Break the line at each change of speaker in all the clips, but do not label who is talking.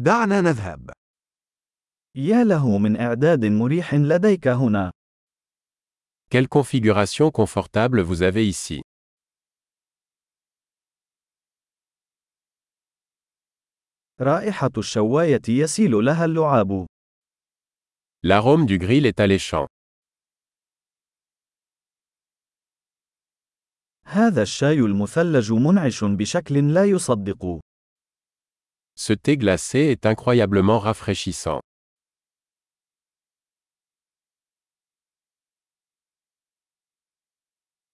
دعنا نذهب.
يا له من إعداد مريح لديك هنا.
Quelle configuration confortable vous avez ici.
رائحة الشواية يسيل لها اللعاب.
L'arôme du grill est alléchant.
هذا الشاي المثلج منعش بشكل لا يصدق.
Ce thé glacé est incroyablement rafraîchissant.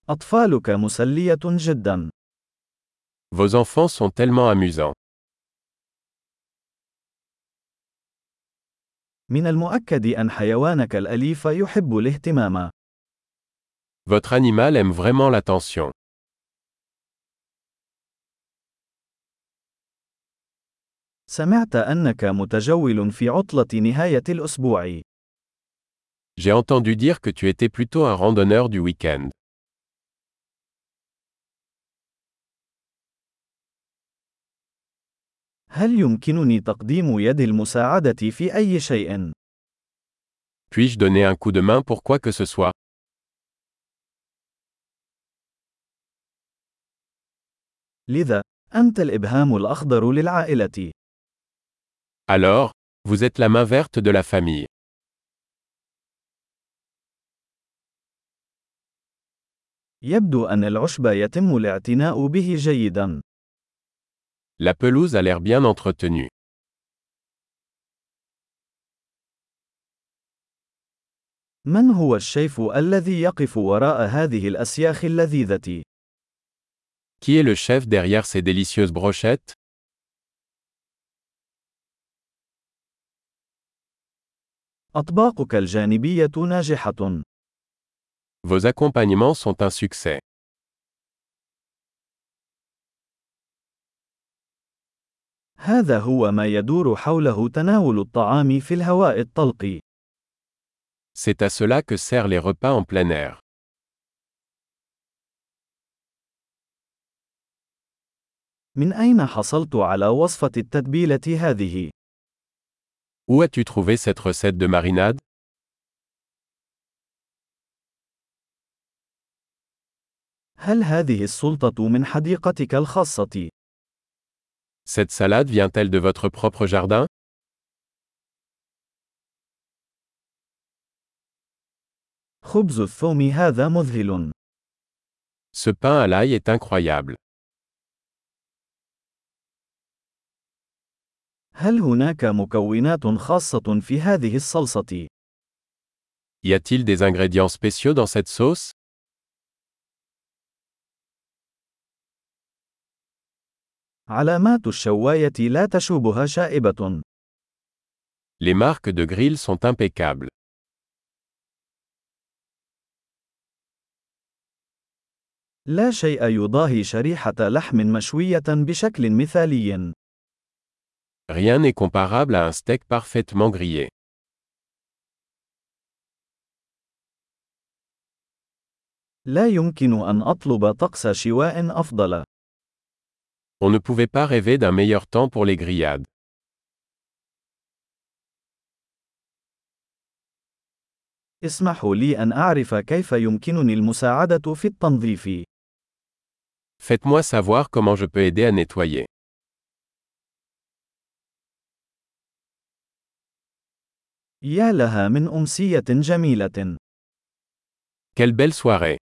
أطفالك مسلية جدا.
Vos enfants sont tellement amusants.
من المؤكد أن حيوانك الأليف يحب الاهتمام.
Votre animal aime vraiment l'attention.
سمعت أنك متجول في عطلة نهاية الأسبوع.
J'ai entendu dire que tu étais plutôt un randonneur du week-end.
هل يمكنني تقديم يد المساعدة في أي شيء؟
Puis-je donner un coup de main pour quoi que ce soit
لذا، أنت الإبهام الأخضر للعائلة.
Alors, vous êtes la main verte de la famille.
يبدو أن العشب يتم الاعتناء به جيداً.
La pelouse a l'air bien entretenue.
من هو الشيف الذي يقف وراء هذه الأسياخ اللذيذة؟
Qui est le chef derrière ces délicieuses brochettes
أطباقك الجانبية ناجحة.
Vos accompagnements sont un succès.
هذا هو ما يدور حوله تناول الطعام في الهواء الطلق.
C'est à cela que servent les repas en plein air.
من أين حصلت على وصفة التتبيلة هذه؟
Où as-tu trouvé cette recette de marinade
هل هذه السلطة من حديقتك الخاصة؟
Cette salade vient-elle de votre propre jardin
خبز الثوم هذا مذهل.
Ce pain à l'ail est incroyable.
هل هناك مكونات خاصة في هذه الصلصة؟
Y a-t-il des ingrédients spéciaux dans cette sauce
علامات الشواية لا تشوبها شائبة.
Les marques de grill sont impeccables.
لا شيء يضاهي شريحة لحم مشوية بشكل مثالي.
Rien n'est comparable à un steak parfaitement grillé.
لا يمكن أن أطلب طقس شواء أفضل.
On ne pouvait pas rêver d'un meilleur temps pour les grillades.
اسمحوا لي أن أعرف كيف يمكنني المساعدة في التنظيف.
Faites-moi savoir comment je peux aider à nettoyer.
يا لها من أمسية جميلة.
Quelle belle soirée